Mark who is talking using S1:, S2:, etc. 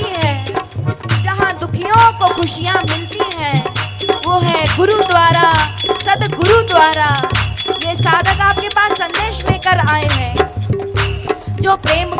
S1: है जहाँ दुखियों को खुशियाँ मिलती हैं वो है गुरु द्वारा सदगुरु द्वारा ये साधक आपके पास संदेश लेकर आए हैं जो प्रेम